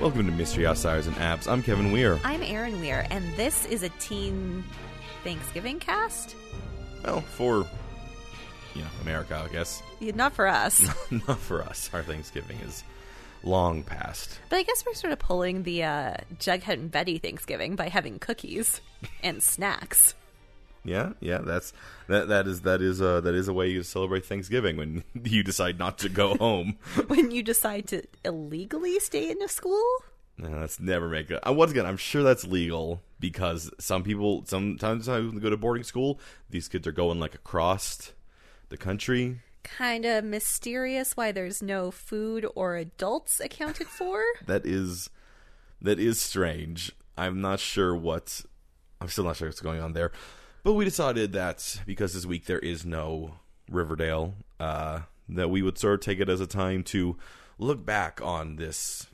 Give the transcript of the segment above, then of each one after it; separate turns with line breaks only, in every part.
Welcome to Mystery Outsiders and Apps. I'm Kevin Weir.
I'm Erin Weir, and this is a Teen Thanksgiving cast.
Well, for you know America, I guess.
Yeah, Not for us,
Not for us. Our Thanksgiving is long past.
but I guess we're sort of pulling the uh, Jughead and Betty Thanksgiving by having cookies and snacks.
Yeah, yeah. That's that. That is that is uh, that is a way you celebrate Thanksgiving when you decide not to go home.
When you decide to illegally stay in a school,
No, that's never make it. I once again, I'm sure that's legal because some people sometimes when they go to boarding school, these kids are going like across the country.
kind of mysterious why there's no food or adults accounted for.
That is that is strange. I'm not sure what I'm still not sure what's going on there. But we decided that because this week there is no Riverdale, uh, that we would sort of take it as a time to look back on this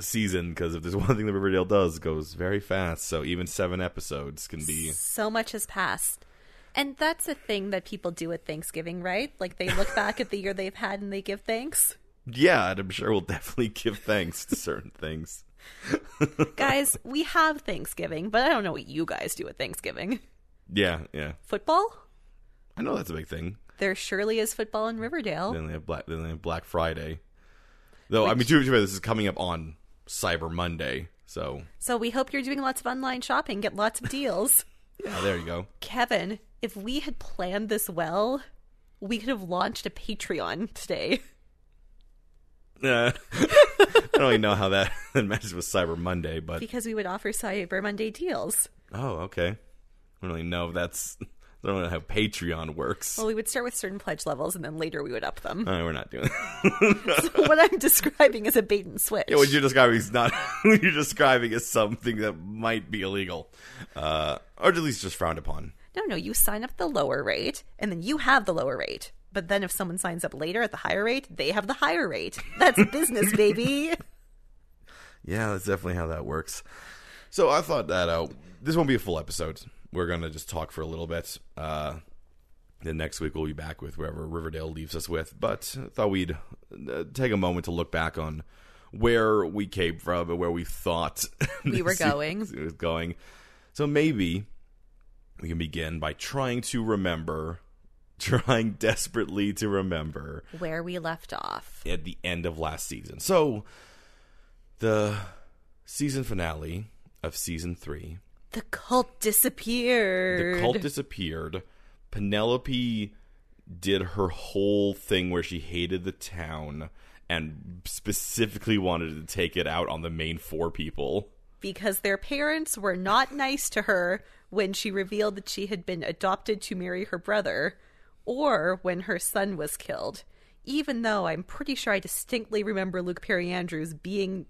season because if there's one thing that Riverdale does, it goes very fast. So even seven episodes can be
So much has passed. And that's a thing that people do at Thanksgiving, right? Like they look back at the year they've had and they give thanks.
Yeah, and I'm sure we'll definitely give thanks to certain things.
guys, we have Thanksgiving, but I don't know what you guys do at Thanksgiving.
Yeah, yeah.
Football?
I know that's a big thing.
There surely is football in Riverdale.
Then they have Black then they have Black Friday. Though I mean to be fair, this is coming up on Cyber Monday. So
So we hope you're doing lots of online shopping, get lots of deals.
yeah, there you go.
Kevin, if we had planned this well, we could have launched a Patreon today.
Uh, I don't really know how that, that matches with Cyber Monday, but
Because we would offer Cyber Monday deals.
oh, okay. I don't really know if that's I don't really know how Patreon works.
Well, we would start with certain pledge levels and then later we would up them.
All right, we're not doing that.
what I'm describing is a bait and switch.
Yeah, what you're describing is not what you're describing is something that might be illegal. Uh, or at least just frowned upon.
No, no, you sign up at the lower rate and then you have the lower rate. But then if someone signs up later at the higher rate, they have the higher rate. That's business, baby.
Yeah, that's definitely how that works. So I thought that out. This won't be a full episode. We're gonna just talk for a little bit. Uh, then next week we'll be back with wherever Riverdale leaves us with. But I thought we'd uh, take a moment to look back on where we came from and where we thought
We were
this season
going.
was going. So maybe we can begin by trying to remember, trying desperately to remember
Where we left off.
at the end of last season. So the season finale of season three,
The cult disappeared.
the cult disappeared. Penelope did her whole thing where she hated the town and specifically wanted to take it out on the main four people.
because their parents were not nice to her when she revealed that she had been adopted to marry her brother or when her son was killed. Even though I'm pretty sure I distinctly remember Luke Perry Andrews being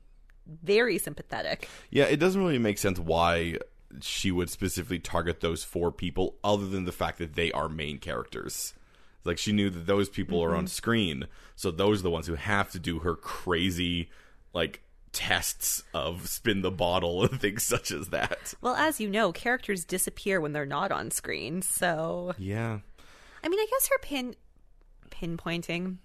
very sympathetic.
Yeah, it doesn't really make sense why she would specifically target those four people other than the fact that they are main characters. It's Like she knew that those people are on screen, so those are the ones who have to do her crazy like tests of spin the bottle and things such as that.
Well, as you know, characters disappear when they're not on screen. So,
Yeah.
I mean, I guess her pin pinpointing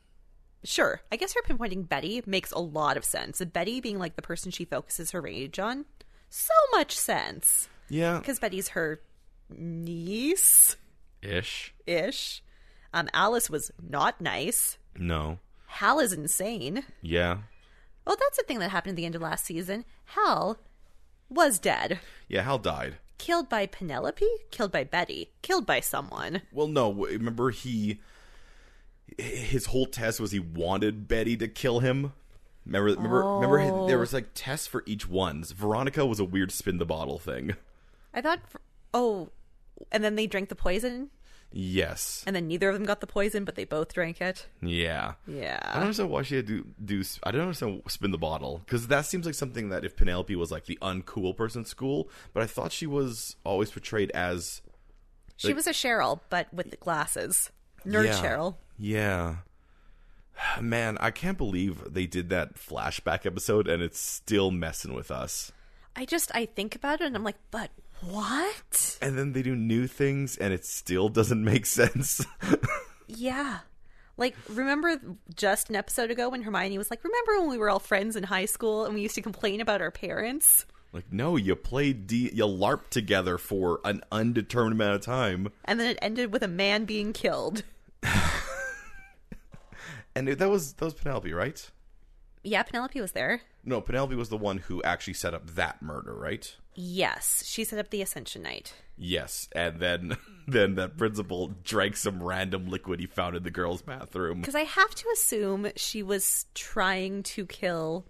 Sure. I guess her pinpointing Betty makes a lot of sense. Betty being like the person she focuses her rage on. So much sense.
Yeah.
Cuz Betty's her niece
Ish.
ish. Um Alice was not nice.
No.
Hal is insane.
Yeah.
Well, that's the thing that happened at the end of last season. Hal was dead.
Yeah, Hal died.
Killed by Penelope? Killed by Betty? Killed by someone.
Well, no. w- Remember, he his whole test was he wanted Betty to kill him. Remember, remember, remember. hi- There was like tests for each ones. Veronica was a weird spin the bottle thing.
I thought, fr- oh, and then they drank the poison,
Yes.
and then neither of them got the poison, but they both drank it.
Yeah. I don't
Yeah.
understand why she had to do. s- I don't understand spin the bottle because that seems like something that if Penelope was like the uncool person at school, but I thought she was always portrayed as
She was a Cheryl, but with the glasses. Nerd
Yeah.
Cheryl.
Yeah. Man, I can't believe they did that flashback episode and it's still messing with us.
I just, I think about it and I'm like, but what?
And then they do new things and it still doesn't make sense.
Yeah. Like, remember just an episode ago when Hermione was like, Remember when we were all friends in high school and we used to complain about our parents?
Like, no, you played D, you LARP together for an undetermined amount of time,
And then it ended with a man being killed.
and that was that was Penelope, right?
Yeah, Penelope was there.
No, Penelope was the one who actually set up that murder, right?
Yes, she set up the Ascension Night.
Yes, and then then that principal drank some random liquid he found in the girls' bathroom.
Because I have to assume she was trying to kill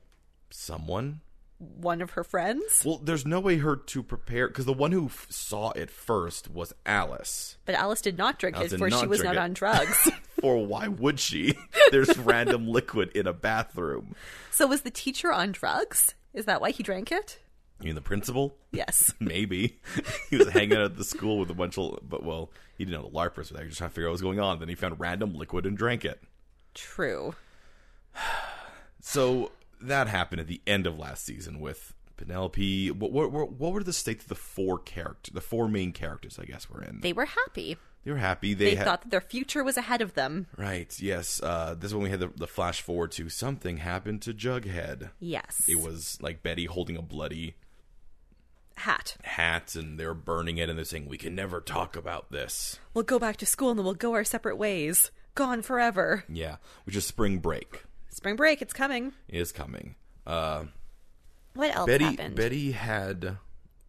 Someone?
one of her friends,
Well, there's no way her to prepare because the one who f- saw it first was Alice.
but Alice did not drink
Alice
it,
did
for she
not
was
drink
not
it.
on drugs.
Or why would she? There's random liquid in a bathroom.
so was the teacher on drugs? Is that why he drank it?
You mean the principal?
Yes.
Maybe he was hanging out at the school with a bunch of, but well, he didn't know the larpers were there. He was just trying to figure out what was going on. Then he found random liquid and drank it.
True.
So that happened at the end of last season with Penelope. What what what, what were the states of the four character, the four main characters? I guess were in. They,
They were happy.
were happy. They,
They
had,
thought that their future was ahead of them.
right. Yes. Uh, this is when we had the, the flash forward to something happened to Jughead.
Yes.
It was like Betty holding a bloody
Hat.
hat, and they're burning it, and they're saying, "We can never talk about this."
We'll go back to school and then we'll go our separate ways. Gone forever.
Yeah, which is spring break
Spring break, it's coming.
is coming. Uh,
What else
Betty
happened?
Betty had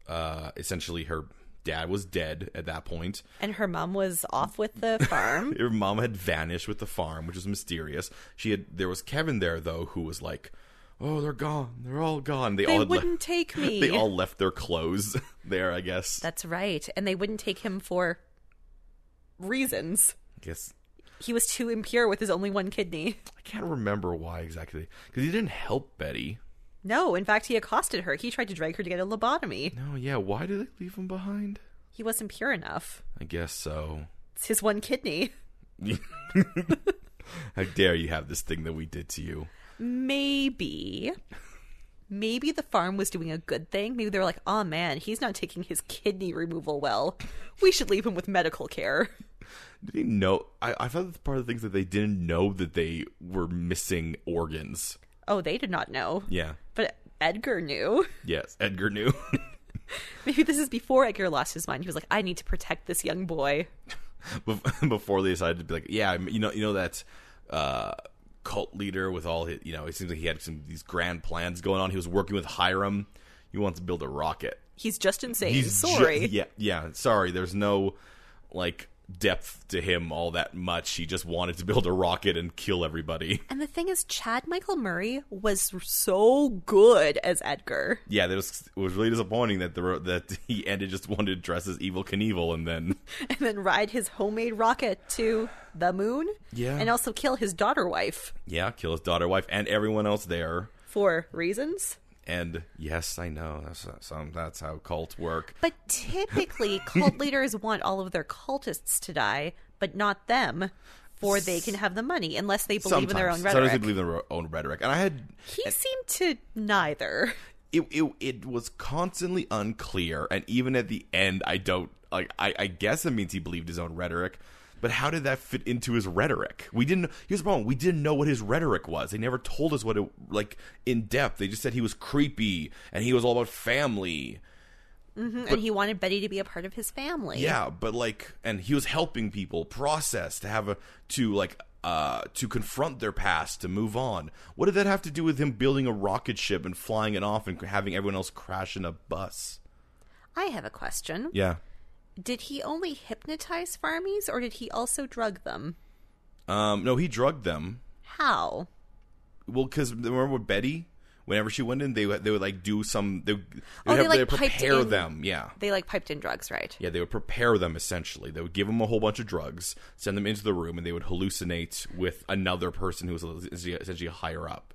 uh, essentially her dad was dead at that point.
and her mom was off with the farm.
Her mom had vanished with the farm, which was mysterious. She had there was Kevin there though, who was like, "Oh, they're gone. They're all gone. They,
they
all had le-
wouldn't take me.
they all left their clothes there. I guess.
That's right. And they wouldn't take him for reasons.
I guess
He was too impure with his only one kidney.
I can't remember why exactly because he didn't help Betty.
No, in fact, he accosted her. He tried to drag her to get a lobotomy.
No, yeah. Why did they leave him behind?
He wasn't pure enough.
I guess so.
It's his one kidney.
How dare you have this thing that we did to you?
Maybe. Maybe the farm was doing a good thing. Maybe they were like, oh man, he's not taking his kidney removal well. We should leave him with medical care.
Did he know? I, I thought that's part of the things that they didn't know that they were missing organs.
Oh, they did not know.
Yeah.
But Edgar knew.
Yes. Edgar knew.
Maybe this is before Edgar lost his mind. He was like, I need to protect this young boy.
Bef- before they decided to be like, yeah, I mean, you know, you know that uh, cult leader with all his, you know, it seems like he had some these grand plans going on. He was working with Hiram. He wants to build a rocket.
He's just insane.
He's ju-
Sorry.
yeah, yeah. Sorry. There's no like depth to him all that much. He just wanted to build a rocket and kill everybody.
And the thing is, Chad Michael Murray was so good as Edgar.
Yeah, that was it was really disappointing that the ro- that he ended just wanted to dress as evil Knievel and then
And then ride his homemade rocket to the moon.
Yeah.
And also kill his daughter wife
yeah, kill his daughter, wife, and everyone else there.
for reasons.
And yes, I know that's some that's how cults work.
But typically, cult leaders want all of their cultists to die, but not them, for they can have the money unless they believe in their own
Sometimes they
rhetoric.
believe in their own rhetoric, and I had
He seemed to neither.
it, it. It was constantly unclear, and even at the end, I don't like. I, I guess it means he believed his own rhetoric, but how did that fit into his rhetoric? We didn't. Here's the problem: we didn't know what his rhetoric was. They never told us what it like in depth. They just said he was creepy and he was all about family.
and he wanted Betty to be a part of his family.
Yeah, but like, and he was helping people process to have a to like uh to confront their past to move on. What did that have to do with him building a rocket ship and flying it off and having everyone else crash in a bus?
I have a question.
Yeah.
Did he only hypnotize farmies or did he also drug them?
Um. No, he drugged them.
How?
Well, because remember with Betty, whenever she went in, they would- they would like do some they, would- they
Oh,
would
they,
have,
like,
they would
piped
prepare
in-
them. Yeah.
They like piped in drugs, right?
Yeah, they would prepare them essentially. They would give them a whole bunch of drugs, send them into the room, and they would hallucinate with another person who was essentially higher up.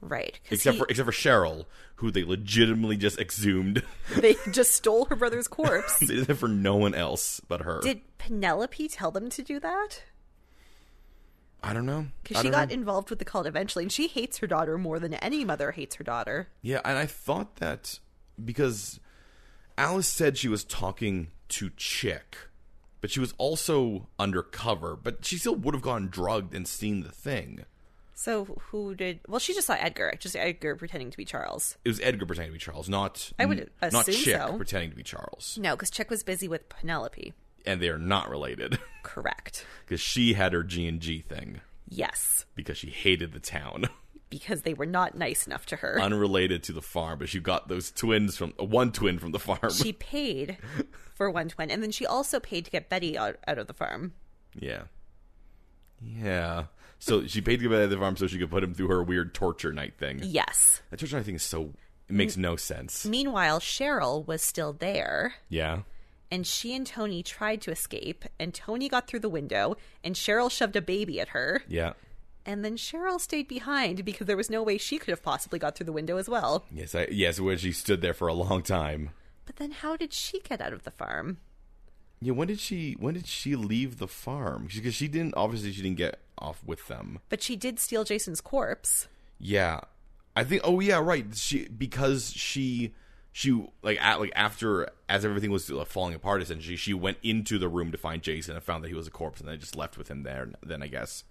Right. 'cause
except
he-
for except for Cheryl, who they legitimately just exhumed.
they just stole her brother's corpse.
they did that for no one else but her.
Did Penelope tell them to do that?
I don't know.
Because
I
she
don't
got
know.
involved with the cult eventually, and she hates her daughter more than any mother hates her daughter.
yeah, and I thought that because Alice said she was talking to Chick, But she was also undercover, but she still would have gone drugged and seen the thing.
So who did? Well, she just saw Edgar. Just Edgar pretending to be Charles.
It was Edgar pretending to be Charles, not
I would
not
assume
Chick
so.
pretending to be Charles,
No, because Chick was busy with Penelope.
and they are not related
Correct.
because she had her G and G thing
Yes,
because she hated the town.
because they were not nice enough to her.
unrelated to the farm, but she got those twins from one twin from the farm.
she paid for one twin, and then she also paid to get Betty out, out of the farm.
yeah, yeah. So she paid to get out of the farm so she could put him through her weird torture night thing.
Yes.
That torture night thing is so it makes no
Mm.
sense.
Meanwhile, Cheryl was still there,
Yeah,
and she and Tony tried to escape, and Tony got through the window, and Cheryl shoved a baby at her,
yeah.
and then Cheryl stayed behind because there was no way she could have possibly got through the window as well.
Yes, I, yes. When she stood there for a long time.
But then how did she get out of the farm?
Yeah. When did she? When did she leave the farm? Because she didn't. Obviously, she didn't get off with them.
But she did steal Jason's corpse.
Yeah, I think. Oh yeah, right. She because she she like at, like after as everything was like, falling apart, essentially, she went into the room to find Jason and found that he was a corpse, and then just left with him there. Then I guess.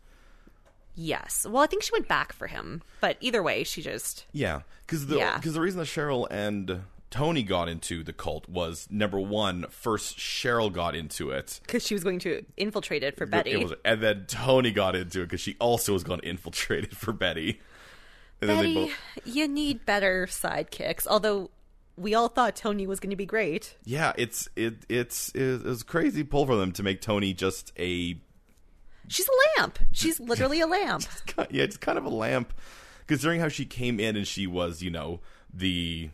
Yes. Well, I think she went back for him. But either way, she just.
Yeah, because the
Yeah.
because the reason that Cheryl and Tony got into the cult was number one. First, Cheryl got into it.
Because she was going to infiltrate it for Betty.
It was, and then Tony got into it because she also was going to infiltrate it for Betty. And then
Betty,
they both,
you need better sidekicks. Although we all thought Tony was going to be great.
yeah, it's it it's it, was a crazy pull for them to make Tony just a
She's a lamp. She's literally a lamp.
Ki- yeah, it's kind of a lamp. Considering how she came in and she was, you know, the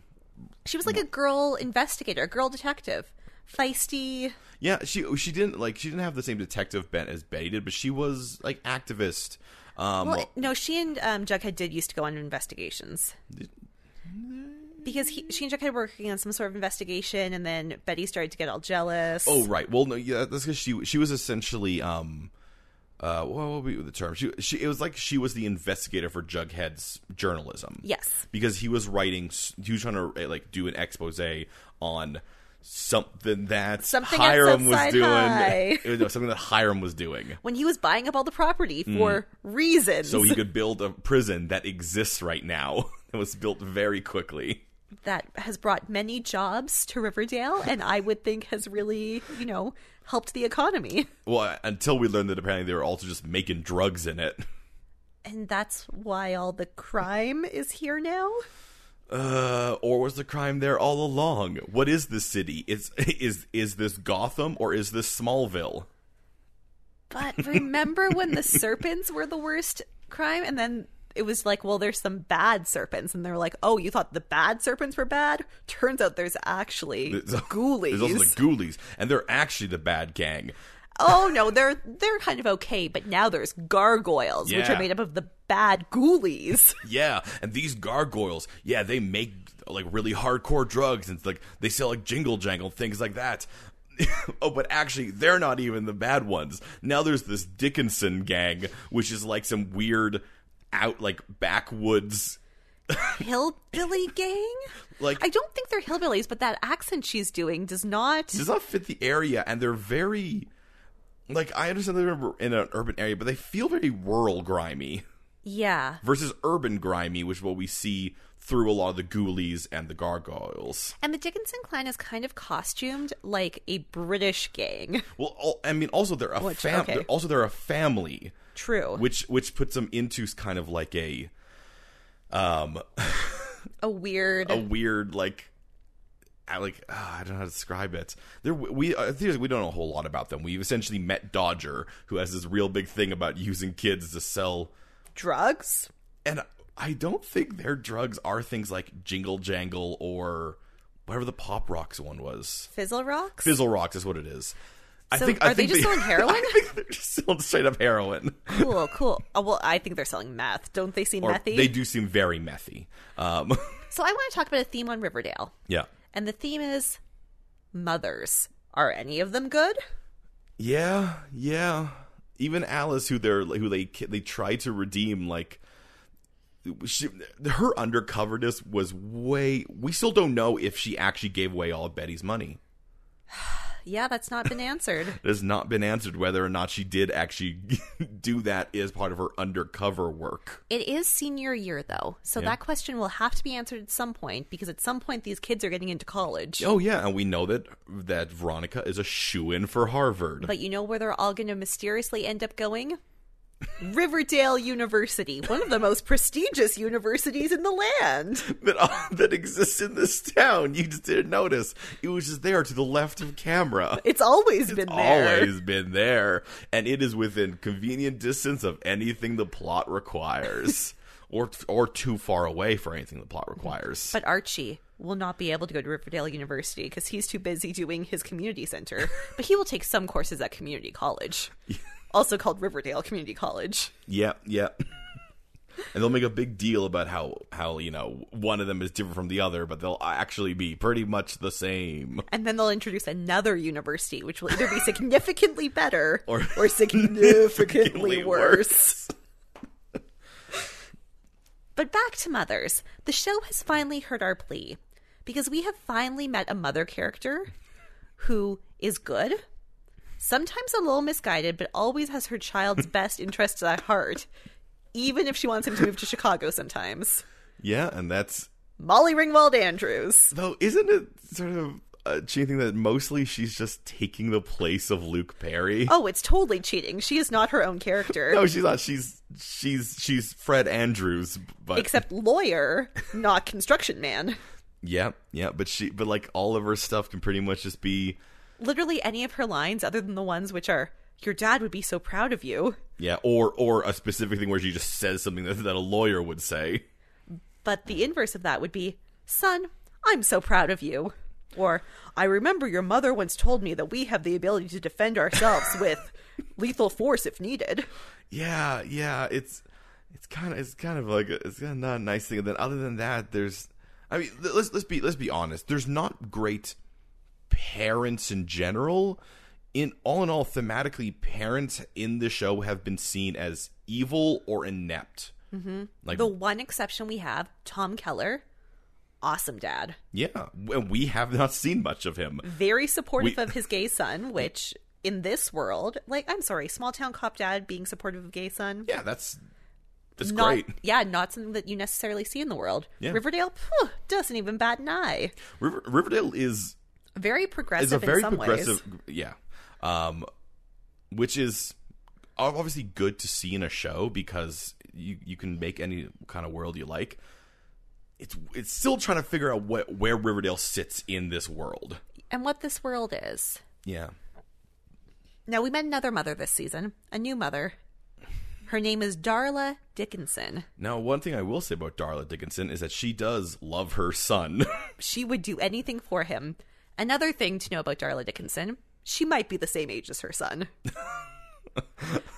She was like a girl investigator, a girl detective, feisty.
yeah, she she didn't like she didn't have the same detective bent as Betty did, but she was like activist. Um,
Well, no, she and um, Jughead did used to go on investigations. Because he, she and Jughead were working on some sort of investigation, and then Betty started to get all jealous.
oh right, well no, yeah, that's because she she was essentially um, uh, what would be the term? She she it was like she was the investigator for Jughead's journalism.
yes.
because he was writing s- he was trying to uh, like do an expose on something that
Something that's
Hiram was
outside
doing
high.
no, something that Hiram was doing
When he was buying up all the property for reasons.
Mm. so he could build a prison that exists right now. It was built very quickly.
that has brought many jobs to Riverdale and I would think has really, you know, helped the economy.
Well, until we learned that apparently they were also just making drugs in it.
And that's why all the crime is here now.
Uh, or was the crime there all along? What is this city? Is is is this Gotham or is this Smallville?
But remember when the serpents were the worst crime and then it was like, well, there's some bad serpents, and they're like, oh, you thought the bad serpents were bad? Turns out there's actually
There's-
ghoulies.
There's also the Ghoulies, and they're actually the bad gang.
oh no, they're they're kind of okay, but now there's gargoyles, which
Yeah.
are made up of the bad ghoulies.
Yeah, and these gargoyles, yeah, they make like really hardcore drugs and it's like they sell like jingle jangle things like that. oh, but actually, they're not even the bad ones. Now there's this Dickinson gang, which is like some weird out like backwoods
Hillbilly gang?
like
I don't think they're hillbillies, but that accent she's doing does not.
does not fit the area, and they're very like I understand they're in an urban area, but they feel very rural grimy
Yeah.
versus urban grimy, which is what we see through a lot of the ghoulies and the gargoyles.
And the Dickinson clan is kind of costumed like a British gang.
Well, al- I mean, also they're a
Which-
fam-
okay.
they're- also they're a family,
True.
which which puts them into kind of like a um
a weird.
a weird like I like ah, I don't know how to describe it. They're we uh, theoretically, we don't know a whole lot about them. We've essentially met Dodger, who has this real big thing about using kids to sell,
drugs?
and I don't think their drugs are things like jingle jangle or whatever the pop rocks one was.
Fizzle rocks?
Fizzle rocks is what it is. I
So
think
are
I
they
think
just selling heroin?
I think they're just selling straight up heroin.
cool, cool. Oh, well, I think they're selling meth. Don't they seem
Or
methy?
They do seem very methy. Um,
So I want to talk about a theme on Riverdale.
yeah,
And the theme is mothers. Are any of them good?
yeah, yeah. Even Alice, who they're who they they try to redeem, like she, her undercoverness was way. We still don't know if she actually gave away all of Betty's money.
Yeah, that's not been answered.
It has not been answered whether or not she did actually do that as part of her undercover work.
It is senior year, though, so
Yeah.
that question will have to be answered at some point because at some point these kids are getting into college.
Oh yeah, and we know that that Veronica is a shoe in for Harvard.
But you know where they're all going to mysteriously end up going? Riverdale University, one of the most prestigious universities in the land.
that that exists in this town. You just didn't notice. It was just there to the left of camera.
It's always been there.
Always been there, and it is within convenient distance of anything the plot requires, or or too far away for anything the plot requires.
But Archie will not be able to go to Riverdale University because he's too busy doing his community center. but he will take some courses at community college, also called Riverdale Community College.
Yep, yep. and they'll make a big deal about how how you know one of them is different from the other, but they'll actually be pretty much the same.
And then they'll introduce another university, which will either be significantly better
Or-
or, significantly
Significantly
worse. but back to mothers. The show has finally heard our plea because we have finally met a mother character who is good, sometimes a little misguided, but always has her child's best interests at heart, even if she wants him to move to Chicago sometimes.
Yeah, and that's
Molly Ringwald Andrews.
though isn't it sort of a cheating that mostly she's just taking the place of Luke Perry?
Oh, it's totally cheating. She is not her own character.
No, she's not. She's she's she's Fred Andrews, but
except lawyer, not construction man.
yeah, yeah. But she, but like all of her stuff can pretty much just be
Literally any of her lines, other than the ones which are, Your dad would be so proud of you.
yeah, or or a specific thing where she just says something that, that a lawyer would say.
But the inverse of that would be, Son, I'm so proud of you. Or, I remember your mother once told me that we have the ability to defend ourselves with lethal force if needed.
yeah yeah it's it's kind of it's kind of like a, it's kind of not a nice thing and then other than that there's i mean th- let's let's be let's be honest there's not great parents in general in all in all thematically parents in the show have been seen as evil or inept mm-hmm. like
The one exception we have, Tom Keller, awesome dad.
yeah we- we have not seen much of him
very supportive
We-
of his gay son, which in this world, like I'm sorry, small town cop dad being supportive of gay son.
yeah that's that's
not,
great
Yeah, not something that you necessarily see in the world.
Yeah.
Riverdale phew, doesn't even bat an eye.
River, riverdale is
Very progressive
is a very
in some
progressive
ways.
yeah um which is obviously good to see in a show because you you can make any kind of world you like it's it's still trying to figure out what where Riverdale sits in this world
And what this world is.
yeah
Now we met another mother this season, a new mother. Her name is Darla Dickinson.
now one thing i will say about darla dickinson is that she does love her son
She would do anything for him. Another thing to know about Darla Dickinson, she might be the same age as her son.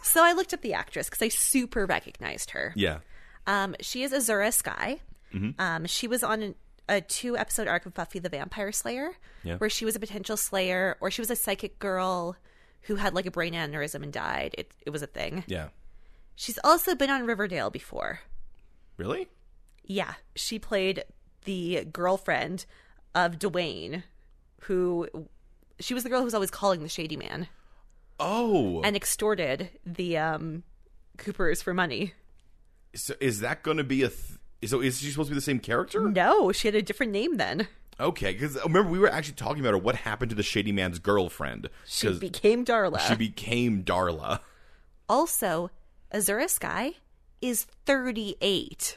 so I looked up the actress because I super recognized her.
yeah
Um, she is Azura Sky.
Mm-hmm.
Um, she was on an, a two episode arc of Buffy the Vampire Slayer,
Yeah.
where she was a potential slayer or she was a psychic girl who had like a brain aneurysm and died. It, it was a thing.
yeah
She's also been on Riverdale before.
really
Yeah, she played the girlfriend of Dwayne, who she was the girl who was always calling the shady man
oh
and extorted the um, Coopers for money.
so is that gonna be a th- so is she supposed to be the same character
No, she had a different name then.
okay because remember we were actually talking about her what happened to the shady man's girlfriend
She
'Cause-
became Darla.
she became Darla.
also, Azura Sky is 38.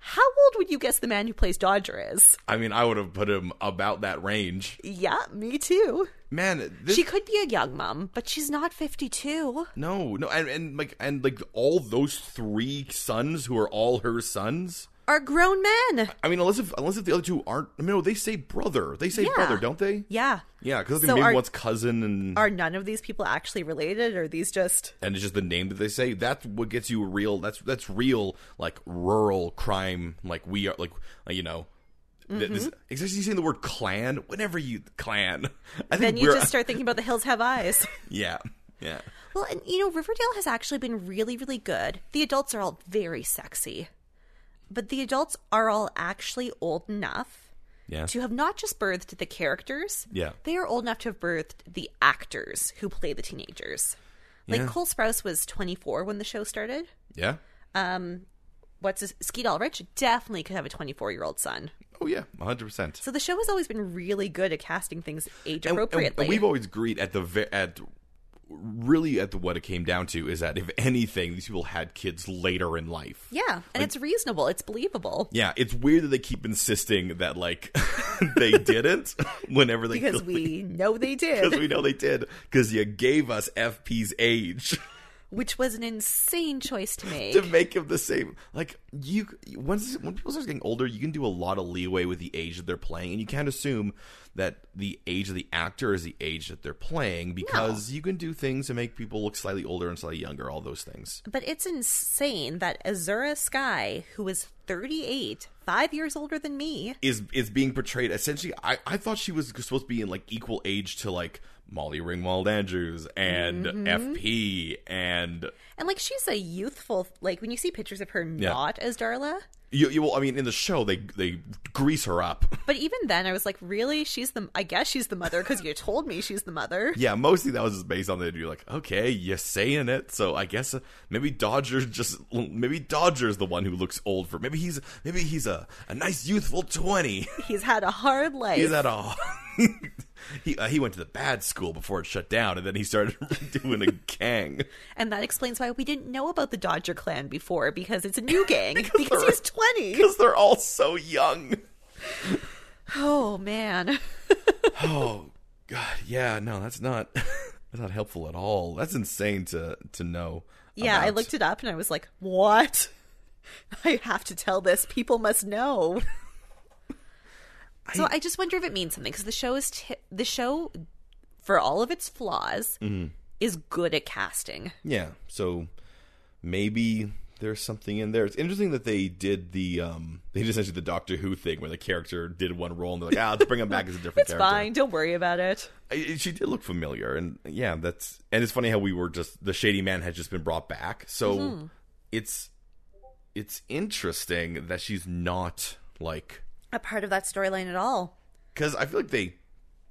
How old would you guess the man who plays Dodger is?
I mean, I would have put him about that range.
Yeah, me too.
Man, this
She could be a young mom, but she's not 52.
no, no, and, and like and like all those three sons who are all her sons.
Are grown men.
I mean, unless if unless if the other two aren't. I mean, no, they say brother. They say
Yeah.
brother, don't they?
Yeah.
Yeah, because I think
So
maybe
are-
one's cousin, and
Are none of these people actually related? Or are these just.
and it's just the name that they say. That's what gets you real. That's that's real like rural crime. Like we are like uh, you know. th- This,
Mm-hmm.
especially you saying the word clan whenever you clan. I think
Then you
we're-
just start thinking about the hills have eyes.
yeah yeah.
well, and you know, Riverdale has actually been really, really good. The adults are all very sexy, but the adults are all actually old enough
Yeah.
to have not just birthed the characters,
Yeah.
they are old enough to have birthed the actors who play the teenagers. Like
Yeah.
Cole Sprouse was 24 when the show started.
Yeah.
What's his, Skeet Ulrich definitely could have a 24 year old son.
Oh yeah, 100%.
So the show has always been really good at casting things
And-
age
and-
appropriately.
And, we've always agreed at the ve- at really at the, what it came down to is that if anything, these people had kids later in life.
yeah, and it's reasonable. It's believable
Yeah, it's weird that they keep insisting that like they didn't whenever they
because we know they did,
because we know they did because you gave us FP's age
which was an insane choice to make.
to make him the same. Like you, once when people start getting older, you can do a lot of leeway with the age that they're playing, and you can't assume that the age of the actor is the age that they're playing because you can do things to make people look slightly older and slightly younger, all those things.
But it's insane that Azura Sky, who is 38, five years older than me,
is is being portrayed essentially I, I thought she was supposed to be in like equal age to like Molly Ringwald Andrews and FP and
and like she's a youthful, like when you see pictures of her
Yeah.
not as Darla,
you, you well I mean in the show they they grease her up.
but even then I was like, really? She's the, I guess she's the mother because you told me she's the mother.
Yeah, mostly that was just based on the you're like, okay, you're saying it, so I guess uh, maybe Dodger's just maybe Dodger's the one who looks old for maybe he's maybe he's a, a nice youthful twenty.
He's had a hard life.
He's at all. he uh, he went to the bad school before it shut down, and then he started doing a gang.
and that explains why we didn't know about the Dodger clan before because it's a new gang because,
they're-
he's 20.
because they're all so young.
Oh man.
Oh God, yeah, no, that's not that's not helpful at all. That's insane to to know.
Yeah, I
about.
looked it up and I was like, what? I have to tell this. People must know. so I just wonder if it means something because the show is t- the show, for all of its flaws, is good at casting.
Yeah, so maybe there's something in there. It's interesting that they did the um they did essentially the Doctor Who thing where the character did one role and they're like, ah, let's bring him back as a different
It's
character.
fine. Don't worry about it.
I- she did look familiar and yeah that's and it's funny how we were just the shady man had just been brought back so
Mm-hmm.
it's it's interesting that she's not like
A part of that storyline at all.
because i feel like they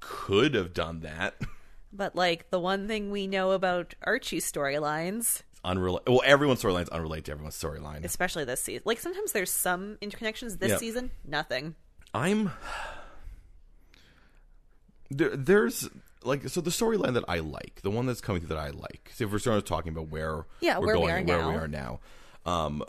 could have done that
But like the one thing we know about Archie's storylines,
unrelated well everyone's storyline's unrelated to everyone's storyline
especially this season, like sometimes there's some interconnections. This
Yeah.
season, nothing.
i'm there, there's like so the storyline that i like the one that's coming through that i like so if we're starting talking about where
Yeah,
we're
where we
going
are
and where we
now.
are now um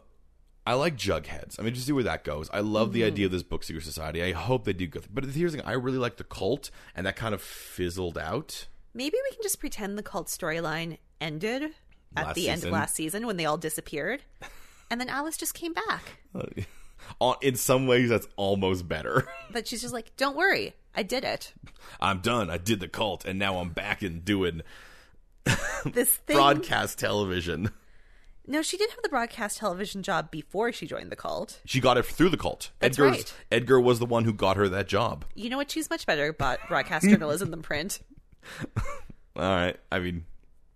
I like Jugheads. I mean, just see where that goes. I love
Mm-hmm.
the idea of this book secret society. I hope they do good. But here's the thing: I really like the cult, and that kind of fizzled out.
Maybe we can just pretend the cult storyline ended at
Last
the end of
season.
last season when they all disappeared. And then Alice just came back.
On- In some ways, that's almost better.
But she's just like, don't worry, I did it.
I'm done. I did the cult, and now I'm back and doing
This thing.
broadcast television.
No, she did have the broadcast television job before she joined the cult.
She got it through the cult.
That's
Edgar's,
right.
Edgar was the one who got her that job.
You know what? She's much better at broadcast journalism than print.
All right. I mean,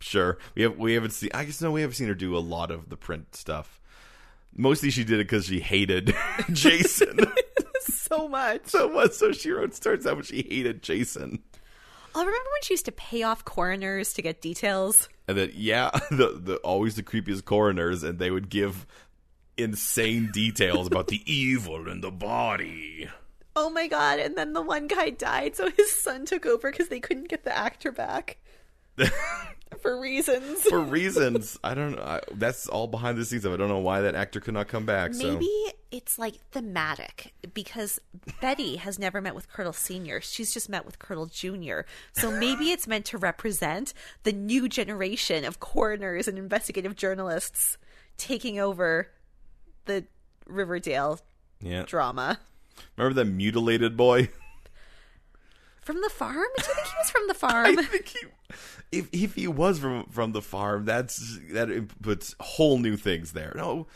sure. We have we haven't seen. I guess no, we haven't seen her do a lot of the print stuff. Mostly, she did it because she hated Jason
so much.
so much. So she wrote starts out when she hated Jason,
I'll remember when she used to pay off coroners to get details.
and then yeah, the the always the creepiest coroners, and they would give insane details about the evil in the body.
Oh my god, and then the one guy died, so his son took over because they couldn't get the actor back. For reasons.
for reasons. I don't know. I, that's all behind the scenes. of it. I don't know why that actor could not come back.
Maybe
So
it's like thematic because Betty has never met with Colonel Senior. She's just met with Colonel Junior. So maybe it's meant to represent the new generation of coroners and investigative journalists taking over the Riverdale
yeah,
drama.
remember that mutilated boy?
From the farm? Do you think he was from
I
the farm?
think he, if if he was from from the farm, that's that puts whole new things there. No,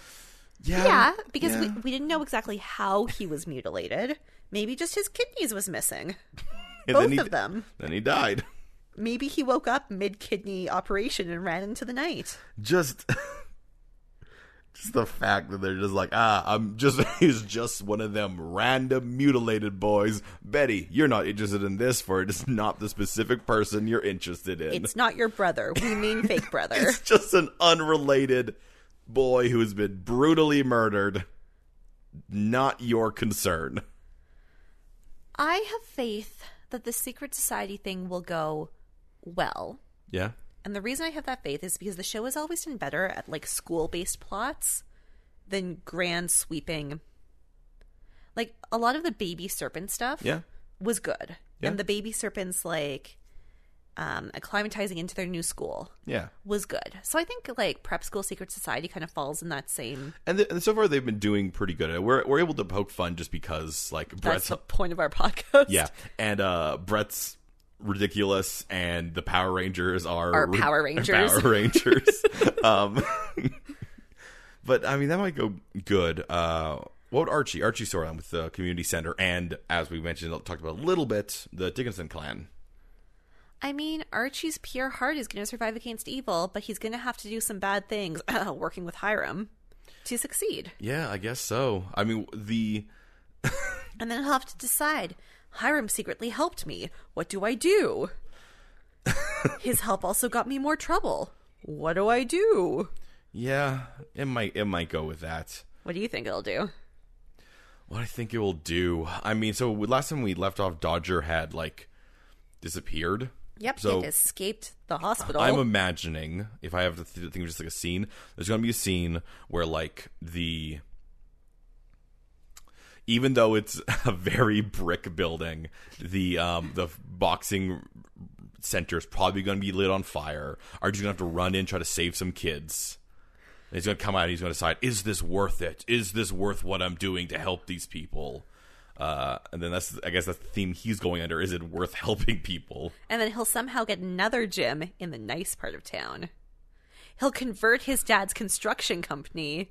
yeah,
yeah, because We,
yeah.
we didn't know exactly how he was mutilated. Maybe just his kidneys was missing.
And
Both
he,
of them.
Then he died.
Maybe he woke up mid kidney operation and ran into the night.
Just Just the fact that they're just like, ah, I'm just he's just one of them random mutilated boys. Betty, you're not interested in this for it is not the specific person you're interested in.
It's not your brother. We mean fake brother.
It's just an unrelated boy who has been brutally murdered. Not your concern.
I have faith that the secret society thing will go well.
Yeah.
And the reason I have that faith is because the show has always done better at like school based plots than grand sweeping. Like a lot of the baby serpent stuff
Yeah.
was good.
Yeah.
And the baby serpents like um acclimatizing into their new school
Yeah.
was good. So I think like prep school secret society kind of falls in that same
And, th- and so far they've been doing pretty good. at it. We're we're able to poke fun just because like
that's
Brett's
the point of our podcast.
yeah, and uh Brett's ridiculous, and the Power Rangers are
Are Power Rangers.
Power Rangers. um, but I mean that might go good. Uh, what would Archie? Archie storyline with the community center, and as we mentioned, talked about a little bit, the Dickinson clan.
I mean, Archie's pure heart is going to survive against evil, but he's going to have to do some bad things working with Hiram to succeed.
Yeah, I guess so. I mean the
And then he'll have to decide Hiram secretly helped me. What do I do? His help also got me more trouble. What do I do?
yeah, it might it might go with that.
What do you think it'll do?
What I think it will do. I mean, so last time we left off, Dodger had like disappeared.
Yep,
So-
it escaped the hospital.
I'm imagining if I have to th- think of just like a scene, there's going to be a scene where like the even though it's a very brick building, the um the boxing center is probably going to be lit on fire. Archie's going to have to run in try to save some kids. And he's going to come out and he's going to decide, is this worth it? Is this worth what I'm doing to help these people? Uh, and then that's, I guess that's the theme he's going under. Is it worth helping people?
and then he'll somehow get another gym in the nice part of town. He'll convert his dad's construction company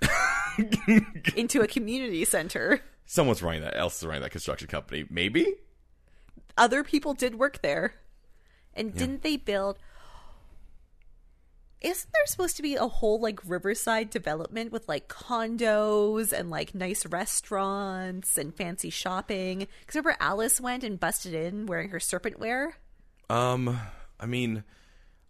into a community center.
Someone's running that. Else is running that construction company. Maybe.
other people did work there. And didn't they build Isn't there supposed to be a whole like riverside development with like condos and like nice restaurants and fancy shopping? Cuz remember Alice went and busted in wearing her serpent wear?
Um, I mean,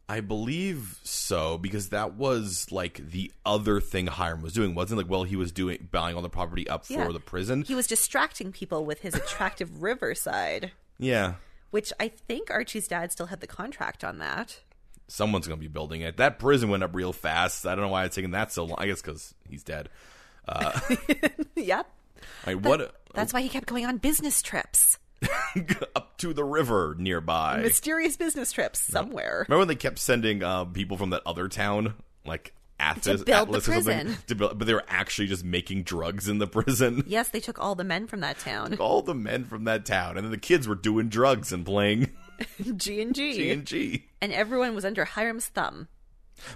I believe so because that was like the other thing Hiram was doing, wasn't it? like well he was doing buying all the property up
Yeah.
for the prison.
He was distracting people with his attractive riverside,
Yeah,
which I think Archie's dad still had the contract on that.
someone's gonna be building it. That prison went up real fast. I don't know why it's taking that so long. I guess because he's dead.
yep.
I mean, what
That's why he kept going on business trips.
up to the river nearby?
Mysterious business trips somewhere.
Remember when they kept sending um, people from that other town, like Athens,
build the
Atlas or something,
prison.
to build, but they were actually just making drugs in the prison.
Yes, they took all the men from that town.
all the men from that town, and then the kids were doing drugs and playing
G and
G
G,
and G.
and everyone was under Hiram's thumb.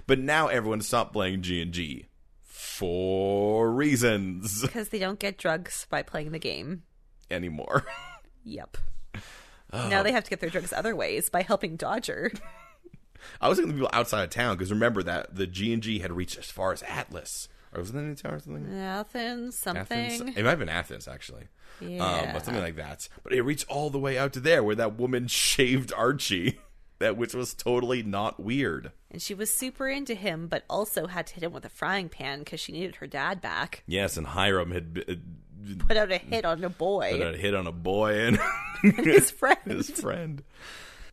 But now everyone stopped playing G and G for reasons
because they don't get drugs by playing the game.
anymore.
Yep.
Oh.
Now they have to get their drugs other ways by helping Dodger.
I was thinking of the people outside of town because remember that the G and G had reached as far as Atlas, or was it any town or something?
Athens,
Athens.
something.
It might have been Athens actually, um,
Yeah.
but something like that. But it reached all the way out to there where that woman shaved Archie, that which was totally not weird.
And she was super into him, but also had to hit him with a frying pan because she needed her dad back.
Yes, and Hiram had b-
Put out a hit on a
put
boy
a hit on a boy and.
and his friend.
his friend.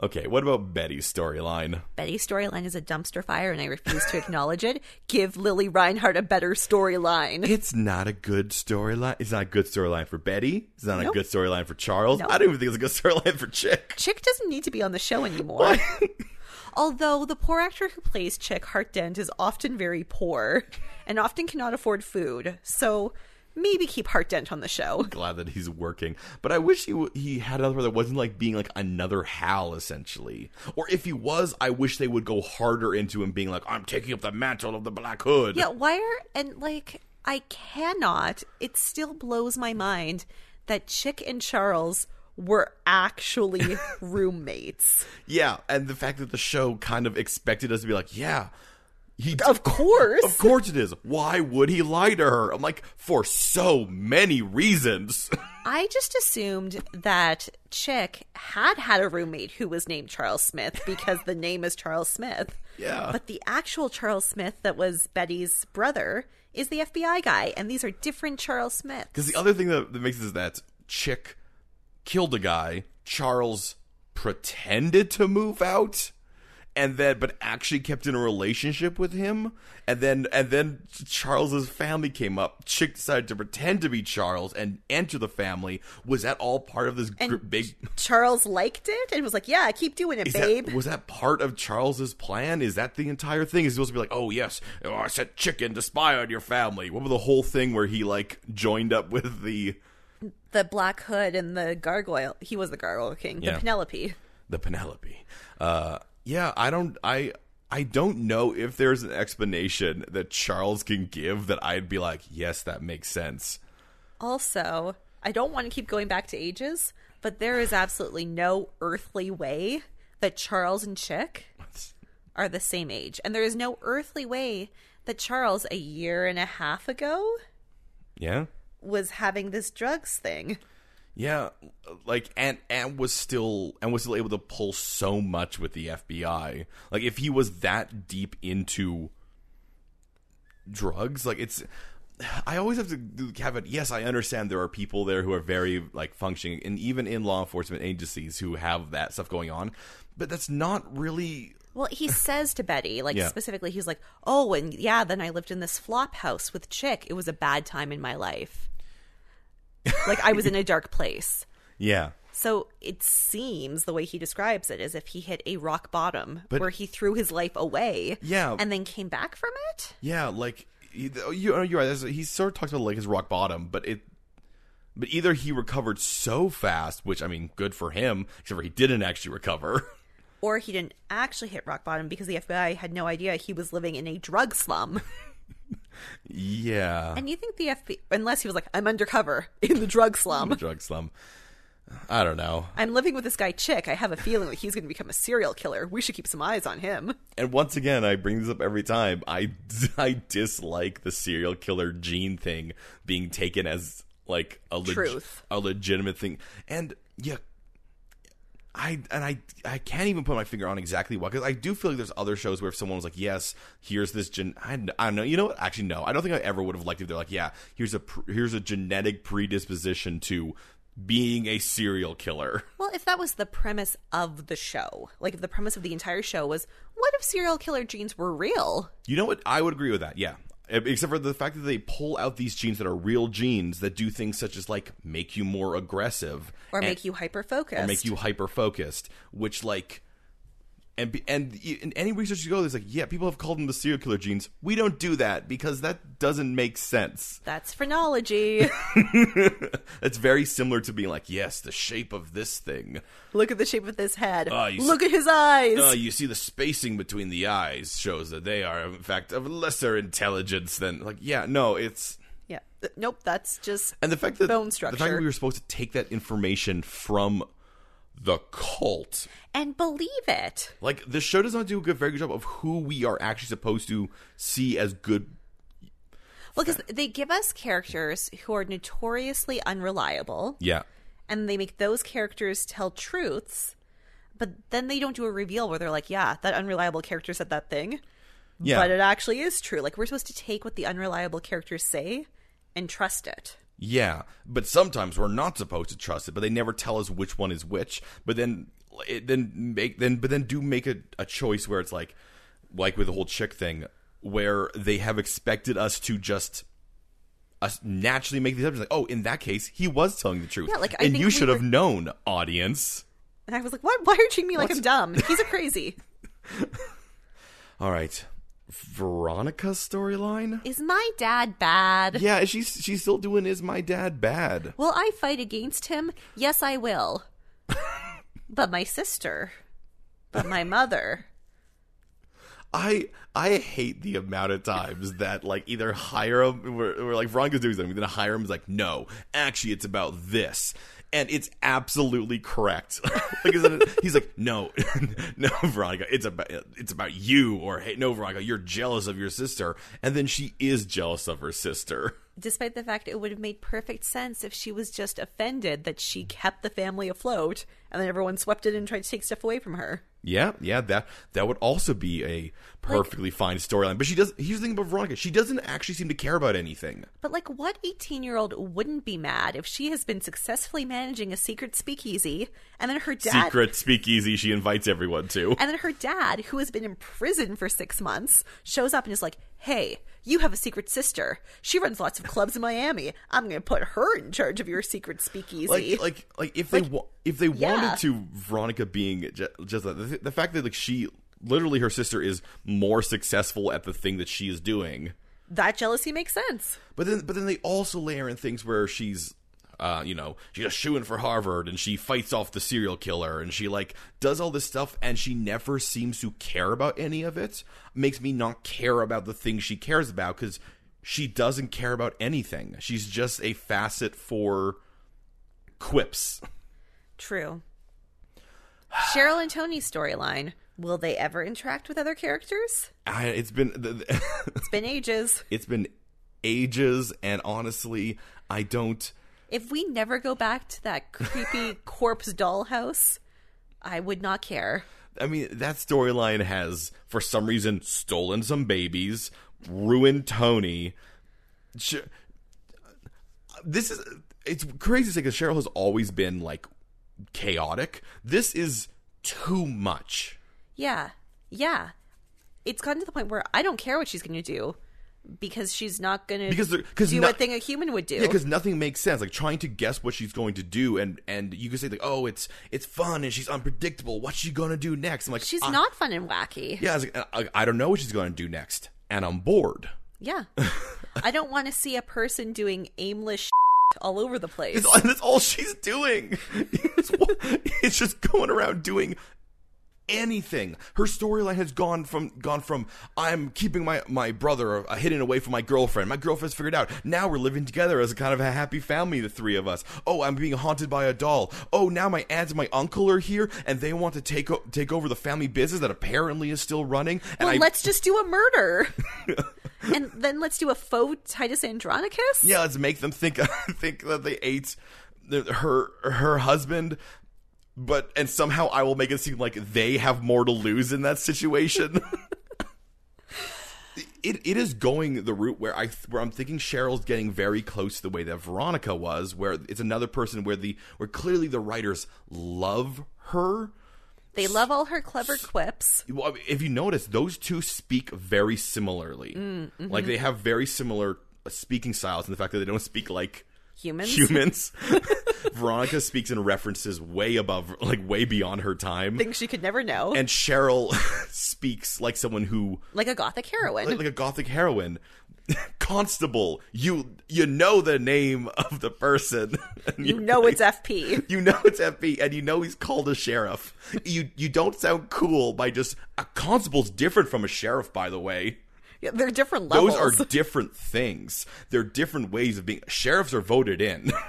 Okay, what about Betty's storyline?
Betty's storyline is a dumpster fire, and I refuse to acknowledge it. Give Lily Reinhardt a better storyline.
It's not a good storyline. It's not a good storyline for Betty. It's not
Nope.
a good storyline for Charles.
Nope.
I don't even think it's a good storyline for Chick.
Chick doesn't need to be on the show anymore. Although the poor actor who plays Chick Hart Dent is often very poor and often cannot afford food, so maybe keep Hart Dent on the show.
Glad that he's working, but I wish he w- he had another one that wasn't like being like another Hal essentially. Or if he was, I wish they would go harder into him being like, "I'm taking up the mantle of the Black Hood."
Yeah, why are and like I cannot. It still blows my mind that Chick and Charles were actually roommates.
Yeah, and the fact that the show kind of expected us to be like, yeah, He
Of course.
Of course it is. Why would he lie to her? I'm like, for so many reasons.
I just assumed that Chick had had a roommate who was named Charles Smith because the name is Charles Smith.
yeah.
But the actual Charles Smith that was Betty's brother is the FBI guy, and these are different Charles Smiths.
Because the other thing that, that makes this that Chick killed a guy, Charles pretended to move out, and then but actually kept in a relationship with him, and then and then Charles's family came up. Chick decided to pretend to be Charles and enter the family. Was that all part of this gr-
And
big?
Charles liked it and was like, "Yeah, keep doing it,
Is
babe."
that, was that part of Charles's plan? Is that the entire thing? Is he supposed to be like, oh yes, oh, I sent chicken to spy on your family? What was the whole thing where he like joined up with the
the Black Hood and the Gargoyle. He was the Gargoyle King.
Yeah.
The Penelope.
the Penelope. Uh, yeah, I don't, I, I don't know if there's an explanation that Charles can give that I'd be like, yes, that makes sense.
Also, I don't want to keep going back to ages, but there is absolutely no earthly way that Charles and Chick are the same age. And there is no earthly way that Charles, a year and a half ago,
Yeah,
was having this drugs thing.
yeah, like and and was still and was still able to pull so much with the FBI. Like if he was that deep into drugs, like it's. I always have to have it. Yes, I understand there are people there who are very like functioning, and even in law enforcement agencies who have that stuff going on. But that's not really
Well, he says to Betty, like
Yeah.
specifically, he's like, "Oh, and yeah, then I lived in this flop house with Chick. It was a bad time in my life. like I was in a dark place."
Yeah.
So it seems the way he describes it is if he hit a rock bottom
But-
where he threw his life away
Yeah.
and then came back from it.
Yeah, like oh, you, you're right. That's, he sort of talks about like his rock bottom, but it, but either he recovered so fast, which I mean, good for him, except for he didn't actually recover.
Or he didn't actually hit rock bottom because the FBI had no idea he was living in a drug slum.
yeah,
and you think the FBI, unless he was like, I'm undercover in the drug slum.
drug slum. I don't know.
I'm living with this guy Chick. I have a feeling that he's going to become a serial killer. We should keep some eyes on him.
And once again, I bring this up every time. I I dislike the serial killer gene thing being taken as like a leg-
Truth.
a legitimate thing. And yeah, I and I I can't even put my finger on exactly why because I do feel like there's other shows where if someone was like, "Yes, here's this gen," I, don't- I don't know. You know what? Actually, no. I don't think I ever would have liked if they're like, "Yeah, here's a pr- here's a genetic predisposition to being a serial killer."
Well, if that was the premise of the show, like if the premise of the entire show was, what if serial killer genes were real?
You know what? I would agree with that. Yeah. E, Except for the fact that they pull out these genes that are real genes that do things such as like make you more aggressive
Or
and-
make you hyper focused.
or make you hyper focused, which like and be- and y- in any research you go, there's like yeah, people have called them the serial killer genes. We don't do that because that doesn't make sense.
That's phrenology.
That's very similar to being like yes, the shape of this thing.
Look at the shape of this head.
Oh, you
Look at his eyes.
Uh, you see the spacing between the eyes shows that they are in fact of lesser intelligence than like yeah, no, it's
yeah. Th- Nope, that's just
And the fact that
Bone
the fact that
structure.
we were supposed to take that information from the cult,
and believe it.
like the show does not do a good, very good job of who we are actually supposed to see as good.
Well, because they give us characters who are notoriously unreliable,
Yeah,
and they make those characters tell truths, but then they don't do a reveal where they're like, "Yeah, that unreliable character said that thing,"
yeah,
but it actually is true. Like we're supposed to take what the unreliable characters say and trust it.
yeah. But sometimes we're not supposed to trust it, but they never tell us which one is which. But then, it, then make then, but then do make a, a choice where it's like, like with the whole chick thing, where they have expected us to just. Us naturally make these assumptions like, oh, in that case, he was telling the truth.
Yeah, like, I
and
think
you
we
should
were-
have known, audience.
And I was like, "What? Why are you treating me like I'm dumb? He's a crazy."
All right, Veronica's storyline.
is my dad bad?
Yeah, she's she's still doing. Is my dad bad?
Will I fight against him? Yes, I will. but my sister, but my mother.
I I hate the amount of times that like either Hiram, we're, we're like Veronica's doing something, then Hiram's like, no, actually, it's about this. and it's absolutely correct. like, is it he's like, no, no, Veronica, it's about it's about you, or hey, no, Veronica, you're jealous of your sister, and then she is jealous of her sister.
Despite the fact it would have made perfect sense if she was just offended that she kept the family afloat and then everyone swept it and tried to take stuff away from her.
Yeah, yeah, that that would also be a perfectly fine storyline. But she does. Here's the thing about Veronica: she doesn't actually seem to care about anything.
But, like, what 18 year old wouldn't be mad if she has been successfully managing a secret speakeasy and then her dad.
Secret speakeasy she invites everyone to.
And then her dad, who has been in prison for six months, shows up and is like, Hey, you have a secret sister. She runs lots of clubs in Miami. I'm going to put her in charge of your secret speakeasy.
Like, like, like if they wa- if they
yeah.
wanted to, Veronica being just, just that- the, the fact that like she literally her sister is more successful at the thing that she is doing.
that jealousy makes sense.
But then, but then they also layer in things where she's, uh, you know, she's a shoo-in for Harvard, and she fights off the serial killer, and she like does all this stuff, and she never seems to care about any of it. Makes me not care about the things she cares about because she doesn't care about anything. She's just a facet for quips.
True. Cheryl and Tony's storyline. Will they ever interact with other characters?
I, it's been th- th-
It's been ages.
it's been ages, and honestly, I don't.
If we never go back to that creepy corpse dollhouse, I would not care.
I mean, that storyline has, for some reason, stolen some babies, ruined Tony. Sh- this is it's crazy to say because Cheryl has always been like chaotic. This is too much.
Yeah. Yeah. It's gotten to the point where I don't care what she's going to do because she's not going to
Because there- 'cause
do
no-
a thing a human would do.
Yeah, because nothing makes sense. Like trying to guess what she's going to do, and and you can say like, oh, it's it's fun and she's unpredictable. What's she gonna do next? I'm like,
she's
I-
not fun and wacky.
Yeah, I, was like, uh, I, I don't know what she's gonna do next, and I'm bored.
Yeah. I don't want to see a person doing aimless shit all over the place.
It's, that's all she's doing. It's, it's just going around doing anything. Her storyline has gone from gone from I'm keeping my my brother uh, hidden away from my girlfriend. My girlfriend's figured out. Now we're living together as a kind of a happy family, the three of us. Oh, I'm being haunted by a doll. Oh, now my aunt and my uncle are here, and they want to take o- take over the family business that apparently is still running. And
well,
I,
let's just do a murder. and then let's do a faux Titus Andronicus.
Yeah, let's make them think think that they ate the- her her husband. But and somehow I will make it seem like they have more to lose in that situation. it it is going the route where I where I'm thinking Cheryl's getting very close to the way that Veronica was, where it's another person where the where clearly the writers love her.
They love all her clever quips.
Well, I mean, if you notice, those two speak very similarly. Like they have very similar uh, speaking styles, and the fact that they don't speak like
Humans.
humans. Veronica speaks in references way above, like way beyond her time.
Things she could never know.
And Cheryl speaks like someone who,
like a gothic heroine.
like, like a gothic heroine. Constable, you you know the name of the person. And
you
you're
know
like-
it's FP.
you know it's FB, and you know he's called a sheriff. You you don't sound cool by just a constable's different from a sheriff, by the way.
Yeah, They're different levels.
Those are different things. They're different ways of being. Sheriffs are voted in.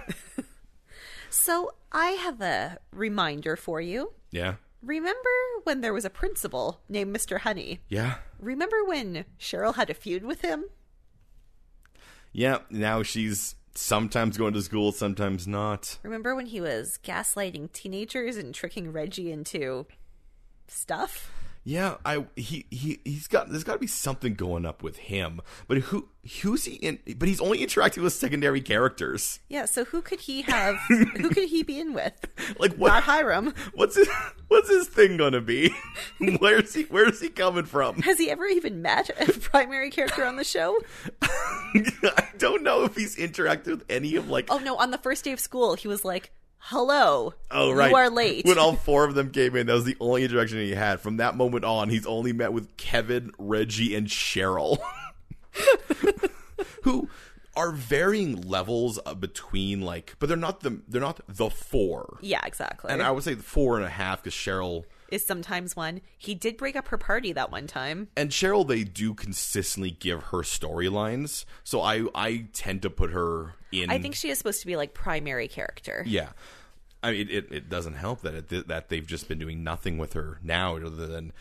So I have a reminder for you.
yeah,
Remember when there was a principal named Mr. Honey?
yeah.
Remember when Cheryl had a feud with him?
Yeah, now she's sometimes going to school, sometimes not.
Remember when he was gaslighting teenagers and tricking Reggie into stuff?
Yeah, I he he he's got there's got to be something going up with him. But who who's he in? But he's only interacting with secondary characters.
Yeah, so who could he have who could he be in with?
Like what?
Not Hiram.
what's his what's his thing gonna be? where's he where's he coming from?
Has he ever even met a primary character on the show?
I don't know if he's interacted with any of like.
Oh no, on the first day of school he was like, Hello.
Oh right,
You are late.
When all four of them came in, that was the only interaction he had. From that moment on, he's only met with Kevin, Reggie, and Cheryl, who are varying levels of between like, but they're not the they're not the four.
yeah, exactly.
And I would say the four and a half because Cheryl
is sometimes one. He did break up her party that one time.
and Cheryl they do consistently give her storylines, so I I tend to put her in.
I think she is supposed to be like primary character.
yeah. I mean, it, it doesn't help that it, that they've just been doing nothing with her now other than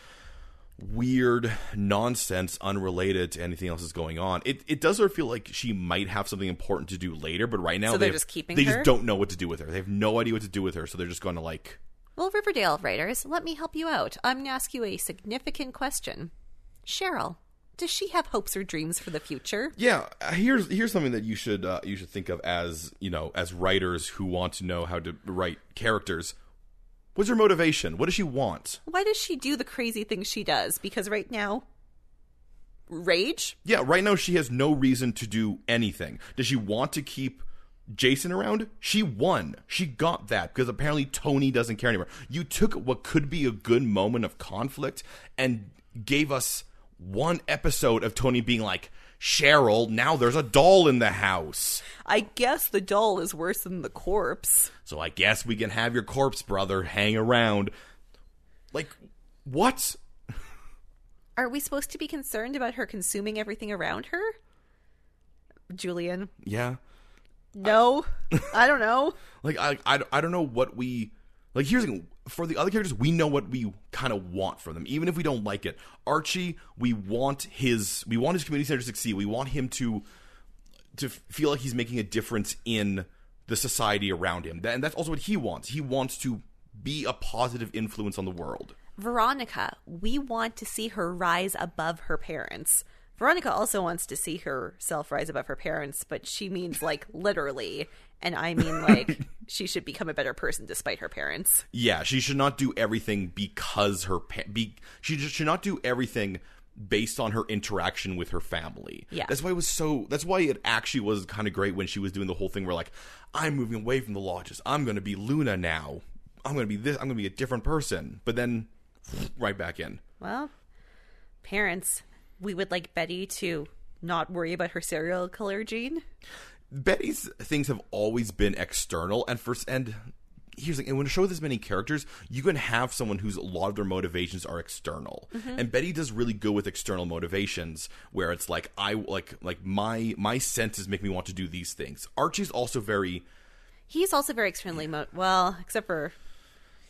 weird nonsense unrelated to anything else that's going on. It it does her feel like she might have something important to do later, but right now
So
they
they're
have-
just keeping
they
her?
just don't know what to do with her. They have no idea what to do with her, so they're just going to like
Well, Riverdale writers, let me help you out. I'm going to ask you a significant question. Cheryl, does she have hopes or dreams for the future?
Yeah, uh, here's here's something that you should uh, you should think of as you know as writers who want to know how to write characters. What's her motivation? What does she want?
Why does she do the crazy things she does? Because right now, rage?
Yeah, right now she has no reason to do anything. Does she want to keep Jason around? She won. She got that because apparently Tony doesn't care anymore. You took what could be a good moment of conflict and gave us one episode of Tony being like, "Cheryl, now there's a doll in the house."
I guess the doll is worse than the corpse.
So I guess we can have your corpse brother hang around. Like, what?
Are we supposed to be concerned about her consuming everything around her? Julian,
Yeah.
no. I don't know.
Like, I, I, I don't know what we. Like, here's the thing. For the other characters, we know what we kind of want from them, even if we don't like it. Archie, we want his, we want his community center to succeed. We want him to, to f- feel like he's making a difference in the society around him, Tha- and that's also what he wants. He wants to be a positive influence on the world.
Veronica, we want to see her rise above her parents. Veronica also wants to see herself rise above her parents, but she means like literally. And I mean like she should become a better person despite her parents.
Yeah, she should not do everything because her pa- be she just should not do everything based on her interaction with her family.
Yeah.
That's why it was so that's why it actually was kind of great when she was doing the whole thing where like I'm moving away from the lodges. I'm going to be Luna now. I'm going to be this I'm going to be a different person. But then right back in.
Well, parents, we would like Betty to not worry about her serial killer gene.
Betty's things have always been external, and first and here's the thing, and when a show with this many characters, you can have someone whose a lot of their motivations are external, and Betty does really good with external motivations, where it's like I like like my my senses make me want to do these things. Archie's also very
He's also very extremely mo- well, except for